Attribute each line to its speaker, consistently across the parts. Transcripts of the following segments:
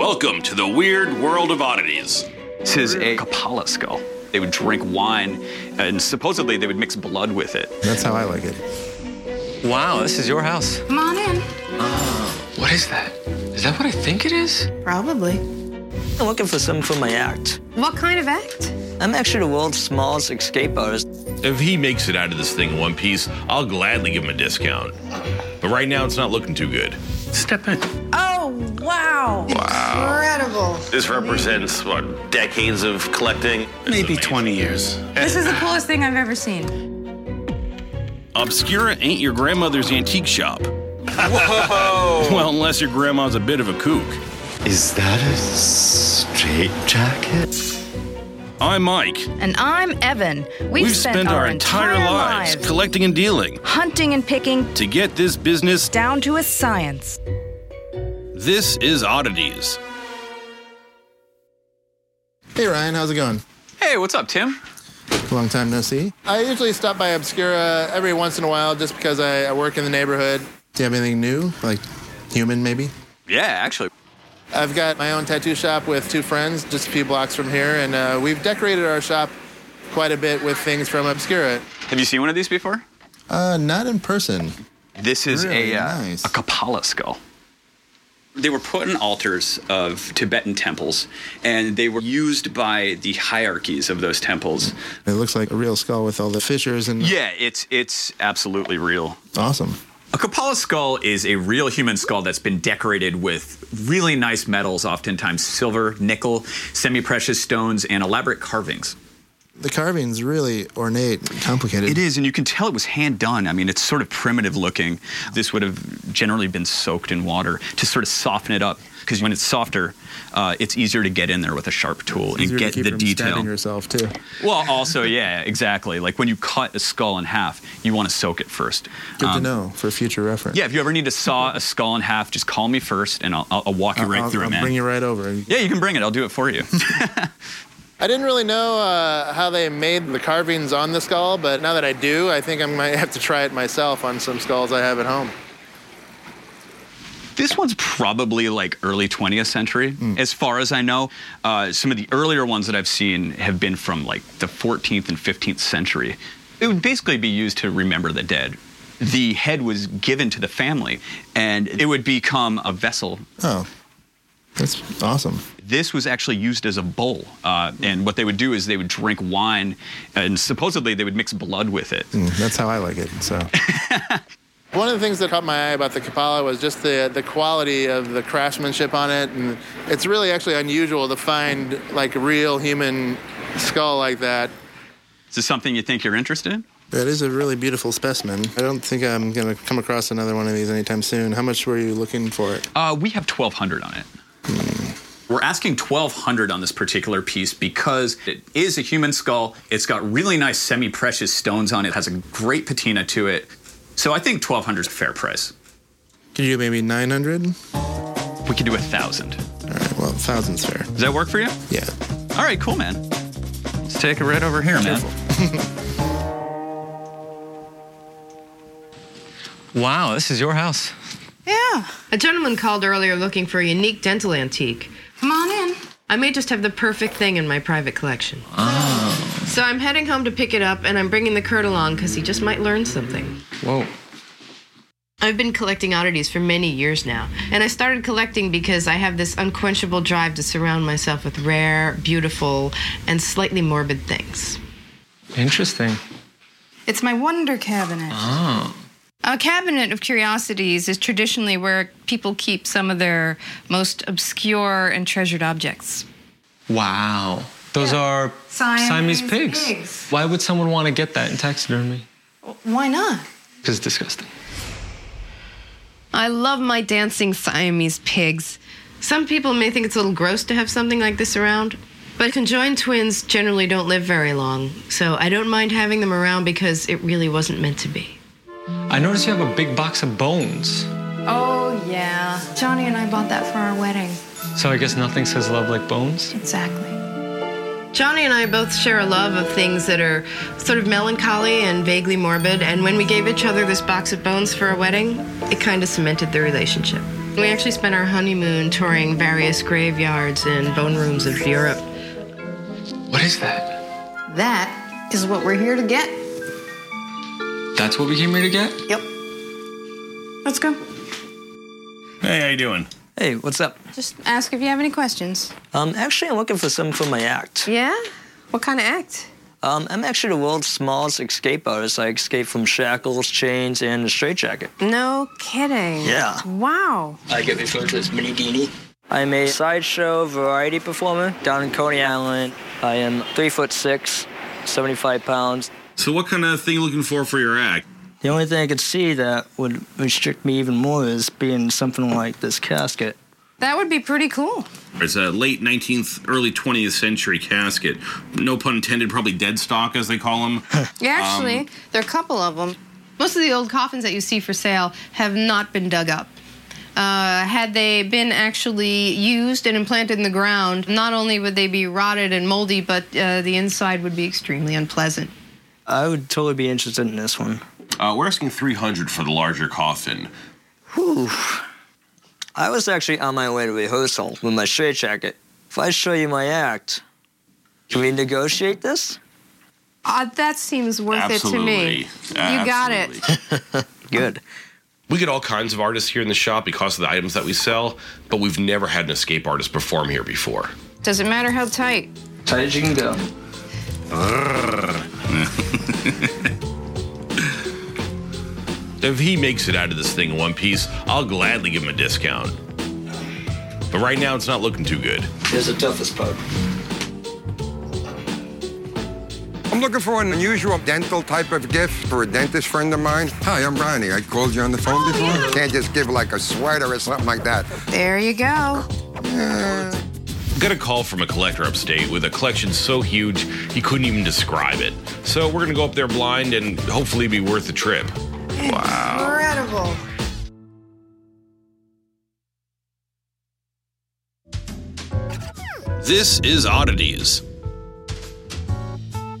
Speaker 1: Welcome to the weird world of oddities.
Speaker 2: This is a Kapala skull. They would drink wine, and supposedly they would mix blood with it.
Speaker 3: That's how I like it.
Speaker 4: Wow, this is your house.
Speaker 5: Come on in.
Speaker 4: What is that? Is that what I think it is?
Speaker 5: Probably.
Speaker 6: I'm looking for something for my act.
Speaker 5: What kind of act?
Speaker 6: I'm actually the world's smallest escape artist.
Speaker 7: If he makes it out of this thing in one piece, I'll gladly give him a discount. But right now, it's not looking too good.
Speaker 4: Step in.
Speaker 5: Oh, wow. Incredible.
Speaker 7: This represents, what, decades of collecting?
Speaker 4: Maybe 20 years.
Speaker 5: This is the coolest thing I've ever seen.
Speaker 1: Obscura ain't your grandmother's antique shop. Whoa! well, unless your grandma's a bit of a kook.
Speaker 8: Is that a straight jacket?
Speaker 1: I'm Mike.
Speaker 9: And I'm Evan. We've,
Speaker 1: We've spent, our, entire, lives, collecting and dealing
Speaker 9: hunting and picking
Speaker 1: to get this business.
Speaker 9: down to a science.
Speaker 1: This is Oddities.
Speaker 3: Hey Ryan, how's it going?
Speaker 2: Hey, what's up, Tim?
Speaker 3: Long time no see. I usually stop by Obscura every once in a while just because I, I work in the neighborhood. Do you have anything new? Like human, maybe?
Speaker 2: Yeah, actually.
Speaker 3: I've got my own tattoo shop with two friends just a few blocks from here, and uh, we've decorated our shop quite a bit with things from Obscura.
Speaker 2: Have you seen one of these before?
Speaker 3: Uh, not in person.
Speaker 2: This is
Speaker 3: Really
Speaker 2: a uh,
Speaker 3: nice.
Speaker 2: a Kapala skull. They were put in altars of Tibetan temples, and they were used by the hierarchies of those temples.
Speaker 3: It looks like a real skull with all the fissures and
Speaker 2: Yeah, it's it's absolutely real.
Speaker 3: awesome.
Speaker 10: A Kapala skull is a real human skull that's been decorated with really nice metals, oftentimes silver, nickel, semi precious stones, and elaborate carvings.
Speaker 3: The carving's really ornate, and complicated.
Speaker 2: It is, and you can tell it was hand done. I mean, it's sort of primitive looking. This would have generally been soaked in water to sort of soften it up, because when it's softer, uh, it's easier to get in there with a sharp tool and
Speaker 3: Easier to
Speaker 2: get
Speaker 3: keep
Speaker 2: the
Speaker 3: from
Speaker 2: detail.
Speaker 3: Stabbing yourself too.
Speaker 2: Well, also, yeah, exactly. Like when you cut a skull in half, you want to soak it first.
Speaker 3: Good to
Speaker 2: Um,
Speaker 3: know for future reference.
Speaker 2: Yeah, if you ever need to saw a skull in half, just call me first, and I'll, I'll, I'll walk you right
Speaker 3: I'll,
Speaker 2: through
Speaker 3: I'll
Speaker 2: it, man.
Speaker 3: bring you right over.
Speaker 2: yeah, you can bring it. I'll do it for you.
Speaker 3: I didn't really know uh, how they made the carvings on the skull, but now that I do, I think I might have to try it myself on some skulls I have at home.
Speaker 2: This one's probably like early 20th century, as far as I know. Uh, some of the earlier ones that I've seen have been from like the 14th and 15th century. It would basically be used to remember the dead. The head was given to the family, and it would become a vessel.
Speaker 3: Oh, that's awesome.
Speaker 2: This was actually used as a bowl, uh, and what they would do is they would drink wine, and supposedly they would mix blood with it.
Speaker 3: Mm, That's how I like it. So. One of the things that caught my eye about the Kapala was just the, the quality of the craftsmanship on it, and it's really actually unusual to find like a real human skull like that.
Speaker 2: Is this something you think you're interested in?
Speaker 3: That is a really beautiful specimen. I don't think I'm gonna come across another one of these anytime soon. How much were you looking for it?
Speaker 2: Uh, we have 1,200 on it.
Speaker 10: We're asking 1200 on this particular piece because it is a human skull. It's got really nice semi precious stones on it, has a great patina to it. So I think 1200 is a fair price.
Speaker 3: Could you do maybe 900? All
Speaker 2: We could do a thousand.
Speaker 3: right, well, thousand's fair.
Speaker 2: Does that work for you?
Speaker 3: Yeah.
Speaker 2: All right, cool, man. Let's take it right over here, man.
Speaker 4: Wow, this is your house.
Speaker 5: Yeah.
Speaker 11: A gentleman called earlier looking for a unique dental antique.
Speaker 5: Come on in.
Speaker 11: I may just have the perfect thing in my private collection. Oh. So I'm heading home to pick it up, and I'm bringing the Kurt along because he just might learn something.
Speaker 4: Whoa.
Speaker 11: I've been collecting oddities for many years now, and I started collecting because I have this unquenchable drive to surround myself with rare, beautiful, and slightly morbid things.
Speaker 4: Interesting.
Speaker 5: It's my wonder cabinet.
Speaker 4: Oh,
Speaker 9: A cabinet of curiosities is traditionally where people keep some of their most obscure and treasured objects.
Speaker 4: Wow. Those are
Speaker 5: Siamese
Speaker 4: Siamese pigs.
Speaker 5: pigs.
Speaker 4: Why would someone want to get that in taxidermy?
Speaker 5: Why not?
Speaker 4: Because it's disgusting.
Speaker 11: I love my dancing Siamese pigs. Some people may think it's a little gross to have something like this around, but conjoined twins generally don't live very long, so I don't mind having them around because it really wasn't meant to be.
Speaker 4: I noticed you have a big box of bones.
Speaker 5: Oh, yeah. Johnny and I bought that for our wedding.
Speaker 4: So I guess nothing says love like bones.
Speaker 5: Exactly.
Speaker 11: Johnny and I both share a love of things that are sort of melancholy and vaguely morbid, and when we gave each other this box of bones for our wedding, it kind of cemented the relationship. We actually spent our honeymoon touring various graveyards and bone rooms of Europe.
Speaker 4: What is that?
Speaker 5: That is what we're here to get.
Speaker 4: That's what we came here to get?
Speaker 5: Yep.
Speaker 9: Let's go.
Speaker 7: Hey, how you doing?
Speaker 6: Hey, what's up?
Speaker 9: Just ask if you have any questions.
Speaker 6: Um, actually, I'm looking for some for my act.
Speaker 9: Yeah? What kind of act?
Speaker 6: Um, I'm actually the world's smallest escape artist. I escaped from shackles, chains, and a straitjacket.
Speaker 9: No kidding.
Speaker 6: Yeah.
Speaker 9: Wow.
Speaker 6: I get referred to as Minigini. I'm a sideshow variety performer down in Coney Island. I am three foot six, 75 pounds.
Speaker 7: So, what kind of thing you looking for for your act?
Speaker 6: The only thing I could see that would restrict me even more is being something like this casket.
Speaker 9: That would be pretty cool.
Speaker 7: It's a late 19th, early 20th century casket. No pun intended, probably dead stock, as they call them.
Speaker 11: Yeah, actually,
Speaker 7: Um,
Speaker 11: there are a couple of them. Most of the old coffins that you see for sale have not been dug up.
Speaker 9: Uh, had they been actually used and implanted in the ground, not only would they be rotted and moldy, but uh, the inside would be extremely unpleasant.
Speaker 6: I would totally be interested in this one.
Speaker 7: Uh, we're asking 300 for the larger coffin.
Speaker 6: Whew. I was actually on my way to rehearsal with my straitjacket. If I show you my act, can we negotiate this?
Speaker 9: Uh, that seems worth it to me. You got it.
Speaker 6: Good.
Speaker 7: We get all kinds of artists here in the shop because of the items that we sell, but we've never had an escape artist perform here before.
Speaker 9: Doesn't matter how tight.
Speaker 6: Tight as you can go.
Speaker 7: if he makes it out of this thing in one piece, I'll gladly give him a discount. But right now, it's not looking too good.
Speaker 6: Here's the toughest part.
Speaker 12: I'm looking for an unusual dental type of gift for a dentist friend of mine. Hi, I'm Ronnie. I called you on the phone before. Can't just give like a sweater or something like that.
Speaker 9: There you go.
Speaker 7: Got a call from a collector upstate with a collection so huge he couldn't even describe it. So we're gonna go up there blind and hopefully be worth the trip. Wow.
Speaker 9: Incredible.
Speaker 7: This is Oddities.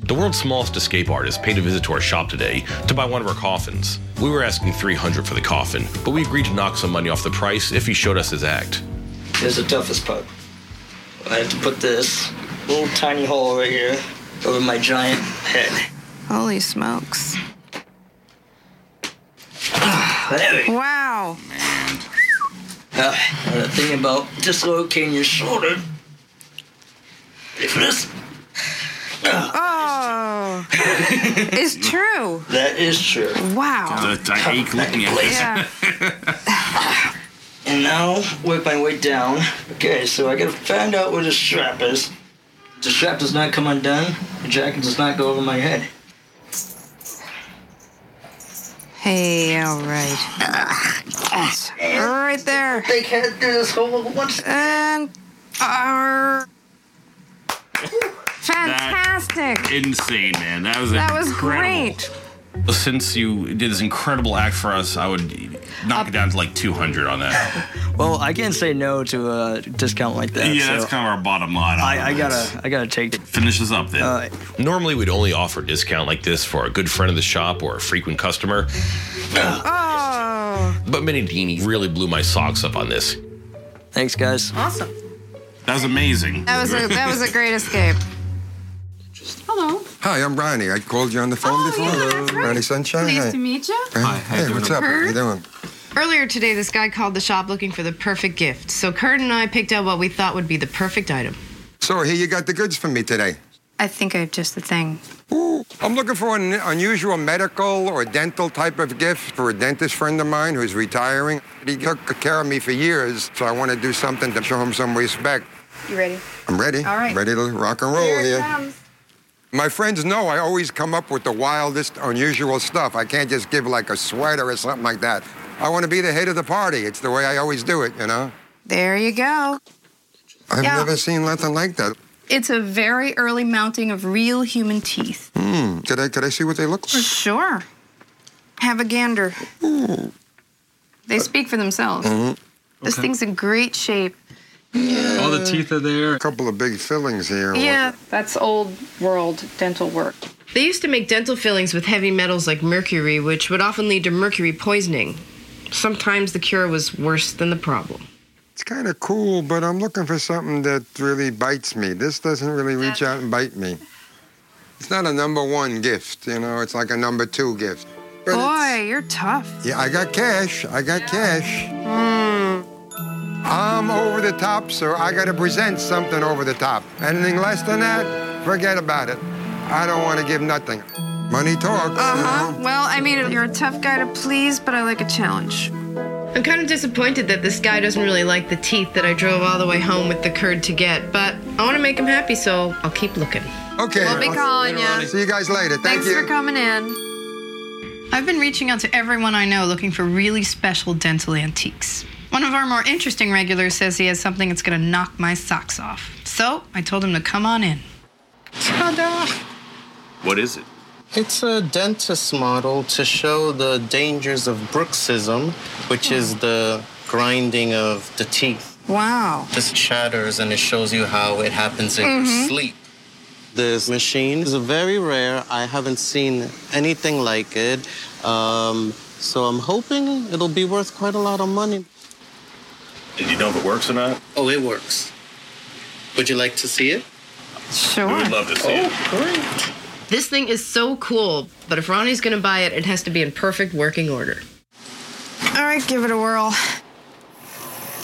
Speaker 7: The world's smallest escape artist paid a visit to our shop today to buy one of our coffins. We were asking 300 for the coffin, but we agreed to knock some money off the price if he showed us his act.
Speaker 6: Here's the toughest part. I have to put this little tiny hole right here over my giant head.
Speaker 9: Holy smokes.
Speaker 6: There we go.
Speaker 9: Wow.
Speaker 6: Uh, and the thing about dislocating your shoulder. Ready for this?
Speaker 9: Oh. it's true.
Speaker 6: That is true.
Speaker 9: Wow.
Speaker 7: I ache looking
Speaker 6: at this.
Speaker 9: Yeah.
Speaker 6: And now work my way down. Okay, so I gotta find out where the strap is. The strap does not come undone. The jacket does not go over my head.
Speaker 9: Hey, all right. That's right there.
Speaker 6: Big head through this hole once.
Speaker 9: And our fantastic.
Speaker 7: Insane, man. That was
Speaker 9: That was great.
Speaker 7: Since you did this incredible act for us, I would knock it down to like 200 on that.
Speaker 6: Well, I can't say no to a discount like that.
Speaker 7: yeah,
Speaker 6: so
Speaker 7: that's kind of our bottom line. on
Speaker 6: I, I
Speaker 7: this.
Speaker 6: gotta, I gotta take it.
Speaker 7: Finish this up then. Uh, Normally, we'd only offer a discount like this for a good friend of the shop or a frequent customer.
Speaker 9: Oh.
Speaker 7: But Minidini really blew my socks up on this.
Speaker 6: Thanks, guys.
Speaker 9: Awesome.
Speaker 7: That was amazing.
Speaker 9: That was a that was a great escape. Hello.
Speaker 12: Hi, I'm Ronnie. I called you on the phone
Speaker 9: Oh,
Speaker 12: before. Ronnie Sunshine.
Speaker 9: Pleased to meet you.
Speaker 12: Hi. Hey, what's up? How you doing?
Speaker 11: Earlier today, this guy called the shop looking for the perfect gift, so Kurt and I picked out what we thought would be the perfect item.
Speaker 12: So here you got the goods for me today.
Speaker 9: I think I have just the thing.
Speaker 12: Ooh, I'm looking for an unusual medical or dental type of gift for a dentist friend of mine who's retiring. He took care of me for years, so I want to do something to show him some respect.
Speaker 9: You ready?
Speaker 12: I'm ready.
Speaker 9: All right.
Speaker 12: Ready to rock and roll
Speaker 9: Here
Speaker 12: here.
Speaker 9: it comes.
Speaker 12: My friends know I always come up with the wildest, unusual stuff. I can't just give like a sweater or something like that. I want to be the head of the party. It's the way I always do it, you know?
Speaker 9: There you go.
Speaker 12: I've
Speaker 9: Yeah.
Speaker 12: never seen nothing like that.
Speaker 9: It's a very early mounting of real human teeth.
Speaker 12: Hmm. Could I, could I see what they look like?
Speaker 9: Sure. Have a gander.
Speaker 12: Uh,
Speaker 9: They speak for themselves.
Speaker 12: mm-hmm.
Speaker 9: This
Speaker 12: Okay.
Speaker 9: thing's in great shape.
Speaker 12: All
Speaker 9: the
Speaker 12: teeth are there. A couple of big fillings here.
Speaker 9: Yeah, that's old world dental work.
Speaker 11: They used to make dental fillings with heavy metals like mercury, which would often lead to mercury poisoning. Sometimes the cure was worse than the problem.
Speaker 12: It's kind of cool, but I'm looking for something that really bites me. This doesn't really reach out and bite me. It's not a number one gift, you know, it's like a number two gift. But
Speaker 5: Boy, you're tough.
Speaker 12: Yeah, I got cash. I got cash. I'm over the top, so I got to present something over the top. Anything less than that, forget about it. I don't want to give nothing. Money talks. you know?
Speaker 11: Uh-huh.
Speaker 5: Uh huh. Well, I mean, you're a tough guy to please, but I like a challenge.
Speaker 11: I'm kind of disappointed that this guy doesn't really like the teeth that I drove all the way home with the curd to get, but I want to make him happy, so I'll keep looking.
Speaker 12: Okay.
Speaker 11: We'll be
Speaker 12: I'll-
Speaker 11: calling ya.
Speaker 12: See you guys later. Thank
Speaker 11: Thanks
Speaker 12: you.
Speaker 11: for
Speaker 5: Coming in.
Speaker 9: I've been reaching out to everyone I know looking for really special dental antiques. One of our more interesting regulars says he has something that's going to knock my socks off. So I told him to come on in.
Speaker 2: What is it?
Speaker 13: It's a dentist model to show the dangers of bruxism, which is the grinding of the teeth.
Speaker 5: Wow.
Speaker 13: This shatters and it shows you how it happens in
Speaker 5: Mhm.
Speaker 13: your sleep. This machine is very rare. I haven't seen anything like it. Um, so I'm hoping it'll be worth quite a lot of money.
Speaker 14: Did you know if it works or not?
Speaker 13: Oh, it works. Would you like to see it?
Speaker 5: Sure.
Speaker 14: We would love to see it.
Speaker 11: Great. This thing is so cool, but if Ronnie's going to buy it, it has to be in perfect working order.
Speaker 5: All right, give it a whirl.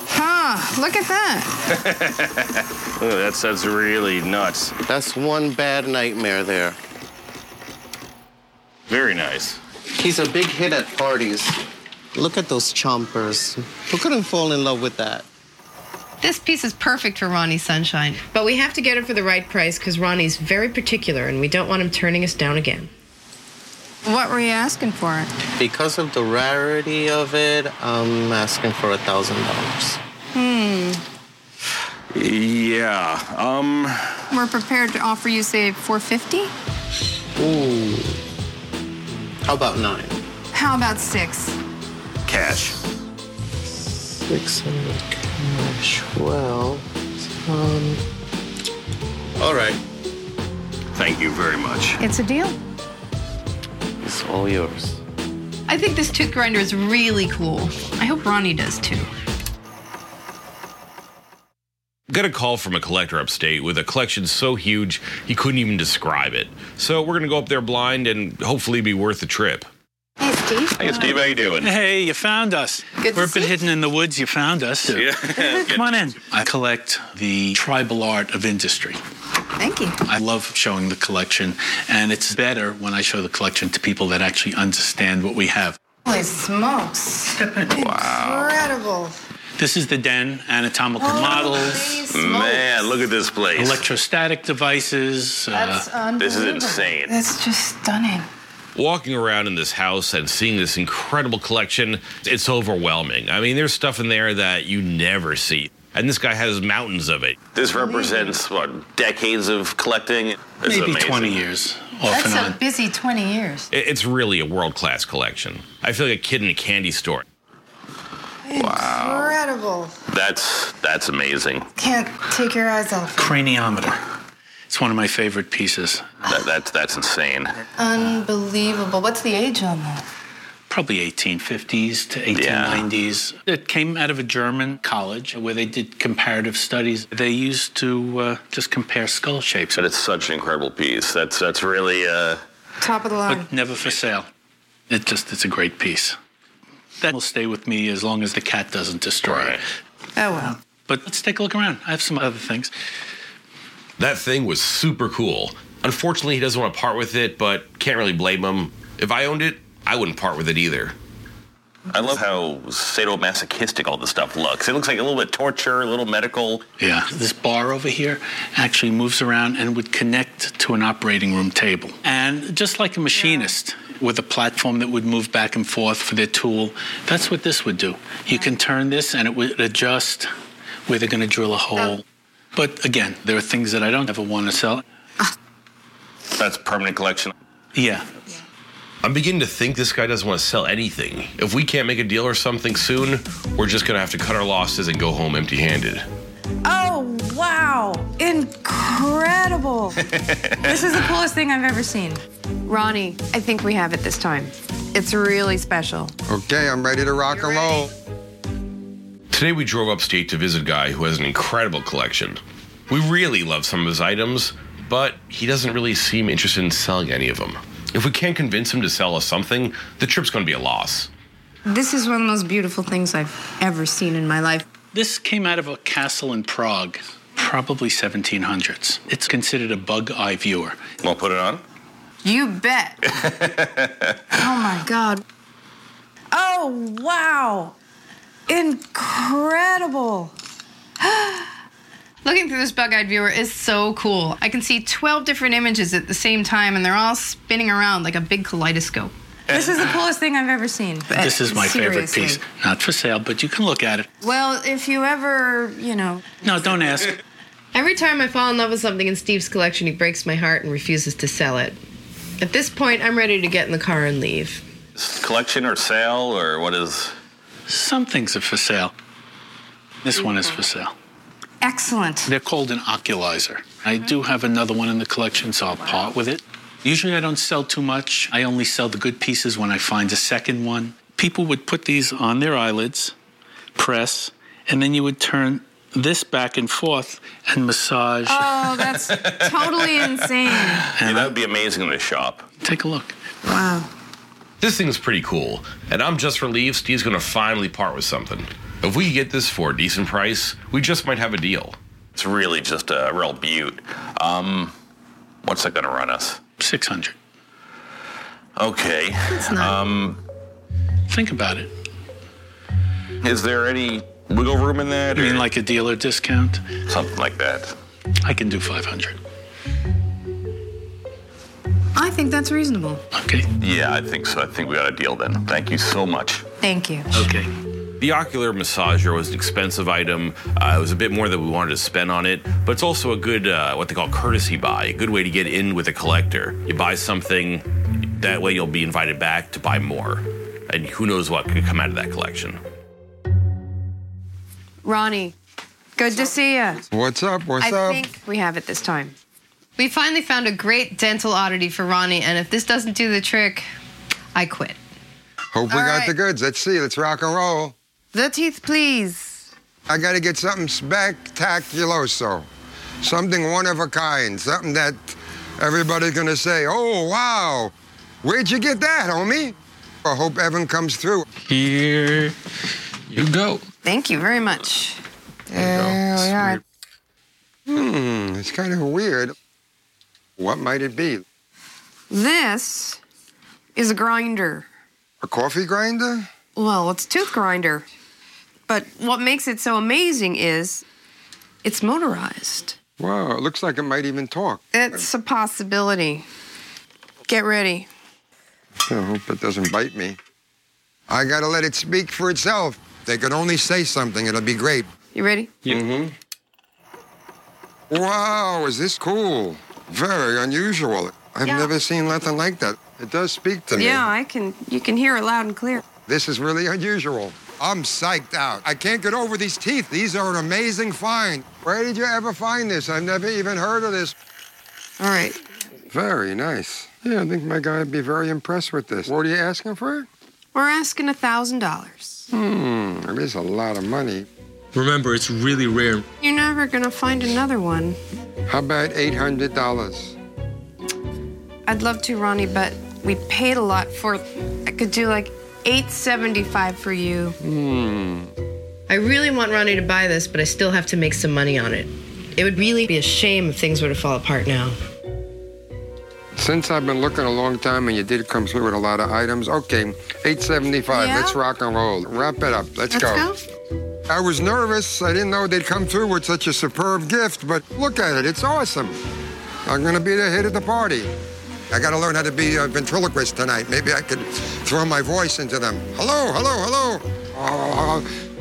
Speaker 5: Huh, look at that.
Speaker 14: Oh, that sounds really nuts.
Speaker 13: That's one bad nightmare there.
Speaker 14: Very nice.
Speaker 13: He's a big hit at parties. Look at those chompers. Who couldn't fall in love with that?
Speaker 11: This piece is perfect for Ronnie Sunshine, but we have to get it for the right price because Ronnie's very particular and we don't want him turning us down again.
Speaker 5: What were you asking for?
Speaker 13: Because of the rarity of it, I'm asking for a thousand dollars.
Speaker 5: Hmm.
Speaker 14: Yeah. Um.
Speaker 5: We're prepared to offer you, say, 450?
Speaker 13: Ooh. How about nine?
Speaker 5: How about six?
Speaker 14: Cash.
Speaker 13: Six hundred cash. Well, um. All right.
Speaker 14: Thank you very much.
Speaker 9: It's a deal.
Speaker 13: It's all yours.
Speaker 9: I think this tooth grinder is really cool. I hope Ronnie does too.
Speaker 7: Got a call from a collector upstate with a collection so huge he couldn't even describe it. So we're gonna go up there blind and hopefully be worth the trip.
Speaker 5: Hey, Steve.
Speaker 7: Hey, Steve, how you doing?
Speaker 15: Hey, you found us. We've been hidden in the woods. You found us.
Speaker 14: Yeah.
Speaker 15: Come on in. I collect the tribal art of industry.
Speaker 5: Thank you.
Speaker 15: I love showing the collection, and it's better when I show the collection to people that actually understand what we have.
Speaker 5: Holy smokes. Incredible.
Speaker 15: This is the den, anatomical
Speaker 5: Holy
Speaker 15: models.
Speaker 5: Man,
Speaker 14: look at this place.
Speaker 15: Electrostatic devices. uh,
Speaker 5: That's unbelievable. That's just stunning.
Speaker 7: Walking around in this house and seeing this incredible collection, it's overwhelming. I mean, there's stuff in there that you never see. And this guy has mountains of it.
Speaker 14: This represents what decades of collecting. This is
Speaker 7: Maybe
Speaker 14: amazing.
Speaker 7: 20 years.
Speaker 9: That's a busy 20 years.
Speaker 7: It- It's really a world class collection. I feel like a kid in a candy store.
Speaker 14: Wow.
Speaker 5: Incredible.
Speaker 14: That's that's amazing.
Speaker 5: Can't take your eyes off.
Speaker 15: Craniometer. It's one of my favorite pieces.
Speaker 14: That, that's that's insane.
Speaker 9: Unbelievable. What's the age on that?
Speaker 15: probably 1850s to 1890s. It came out of a German college where they did comparative studies. They used to uh, just compare skull shapes.
Speaker 14: But it's such an incredible piece. That's that's really uh,
Speaker 5: Top of the line.
Speaker 15: But never for sale. It just, it's a great piece. That will stay with me as long as the cat doesn't destroy it.
Speaker 5: Oh, well.
Speaker 15: But let's take a look around. I have some other things.
Speaker 7: That thing was super cool. Unfortunately, he doesn't want to part with it, but can't really blame him. If I owned it, I wouldn't part with it either.
Speaker 14: I love how sadomasochistic all this stuff looks. It looks like a little bit torture, a little medical.
Speaker 15: Yeah, this bar over here actually moves around and would connect to an operating room table. And just like a machinist with a platform that would move back and forth for their tool, that's what this would do. You can turn this and it would adjust where they're going to drill a hole. But again, there are things that I don't ever want to sell.
Speaker 14: That's permanent collection.
Speaker 15: Yeah.
Speaker 7: I'm beginning to think this guy doesn't want to sell anything. If we can't make a deal or something soon, we're just going to have to cut our losses and go home empty handed.
Speaker 5: Oh, wow. Incredible. this is the coolest thing I've ever seen.
Speaker 11: Ronnie, I think we have it this time.
Speaker 5: It's really special.
Speaker 12: Okay, I'm ready to rock and roll.
Speaker 7: Today we drove upstate to visit a guy who has an incredible collection. We really love some of his items, but he doesn't really seem interested in selling any of them. If we can't convince him to sell us something, the trip's going to be a loss.
Speaker 5: This is one of the most beautiful things I've ever seen in my life.
Speaker 15: This came out of a castle in Prague, probably 1700s. It's considered a bug eye viewer.
Speaker 14: Well, put it on.
Speaker 5: You bet. oh my God. Oh, wow. Incredible.
Speaker 9: Looking through this bug eyed viewer is so cool. I can see 12 different images at the same time, and they're all spinning around like a big kaleidoscope.
Speaker 5: This is the coolest thing I've ever seen.
Speaker 15: This is my favorite piece.
Speaker 5: Seriously.
Speaker 15: Not for sale, but you can look at it.
Speaker 5: Well, if you ever, you know.
Speaker 15: No, don't ask.
Speaker 11: Every time I fall in love with something in Steve's collection, he breaks my heart and refuses to sell it. At this point, I'm ready to get in the car and leave.
Speaker 14: Collection or sale or what is?
Speaker 15: Some things are for sale. This one is for sale.
Speaker 5: Excellent.
Speaker 15: They're called an oculizer. I do have another one in the collection, so I'll part with it. Usually I don't sell too much. I only sell the good pieces when I find a second one. People would put these on their eyelids, press, and then you would turn this back and forth and massage.
Speaker 5: Oh, that's totally insane.
Speaker 14: Yeah, that would be amazing in a shop.
Speaker 15: Take a look.
Speaker 5: Wow.
Speaker 7: This thing's pretty cool, and I'm just relieved Steve's going to finally part with something. If we could get this for a decent price, we just might have a deal.
Speaker 14: It's really just a real beaut. Um, what's that going to run us?
Speaker 15: 600.
Speaker 14: Okay.
Speaker 15: It's not-
Speaker 14: Um,
Speaker 15: Think about it.
Speaker 14: is there any wiggle room in that?
Speaker 15: You mean like a dealer discount?
Speaker 14: Something like that.
Speaker 15: I can do 500.
Speaker 5: I think that's reasonable.
Speaker 15: Okay.
Speaker 14: Yeah, I think so. I think we got a deal then. Thank you so much.
Speaker 5: Thank you.
Speaker 15: Okay.
Speaker 7: The ocular massager was an expensive item. Uh, it was a bit more than we wanted to spend on it, but it's also a good, uh, what they call courtesy buy, a good way to get in with a collector. You buy something, that way you'll be invited back to buy more. And who knows what could come out of that collection.
Speaker 5: Ronnie, good to see you.
Speaker 12: What's up? What's
Speaker 5: I
Speaker 12: up?
Speaker 5: think we have it this time.
Speaker 11: We finally found a great dental oddity for Ronnie, and if this doesn't do the trick, I quit.
Speaker 12: Hope we
Speaker 11: All
Speaker 12: got
Speaker 11: right.
Speaker 12: the goods. Let's see. Let's rock and roll.
Speaker 5: The teeth, please.
Speaker 12: I got to get something spectaculoso, something one of a kind, something that everybody's going to say, oh, wow, where'd you get that, homie? I hope Evan comes through.
Speaker 4: Here you go.
Speaker 5: Thank you very much. There we are.
Speaker 12: Hmm, it's kind of weird. What might it be?
Speaker 5: This is a grinder.
Speaker 12: A coffee grinder?
Speaker 5: Well, it's a tooth grinder. But what makes it so amazing is it's motorized.
Speaker 12: Wow, it looks like it might even talk.
Speaker 5: It's a possibility. Get ready.
Speaker 12: I hope it doesn't bite me. I got to let it speak for itself. They could only say something, it'll be great.
Speaker 5: You ready?
Speaker 12: Mm-hmm. Wow, is this cool? Very unusual. I've
Speaker 5: Yeah.
Speaker 12: never seen nothing like that. It does speak to me.
Speaker 5: Yeah, I can. You can hear it loud and clear.
Speaker 12: This is really unusual. I'm psyched out. I can't get over these teeth. These are an amazing find. Where did you ever find this? I've never even heard of this.
Speaker 5: All right.
Speaker 12: Very nice. Yeah, I think my guy would be very impressed with this. What are you asking for?
Speaker 5: We're asking a thousand dollars.
Speaker 12: Hmm, it is a lot of money.
Speaker 4: Remember, it's really rare.
Speaker 5: You're never gonna find another one.
Speaker 12: How about $800?
Speaker 5: I'd love to, Ronnie, but we paid a lot for. I could do like eight seventy-five for you.
Speaker 12: Hmm.
Speaker 11: I really want Ronnie to buy this, but I still have to make some money on it. It would really be a shame if things were to fall apart now.
Speaker 12: Since I've been looking a long time and you did come through with a lot of items, okay, 875,
Speaker 5: Yeah?
Speaker 12: let's rock and roll. Wrap it up. Let's, go. I was nervous. I didn't know they'd come through with such a superb gift, but look at it. It's awesome. I'm going to be the hit of the party. I got to learn how to be a ventriloquist tonight. Maybe I could throw my voice into them. Hello, hello, hello. Oh,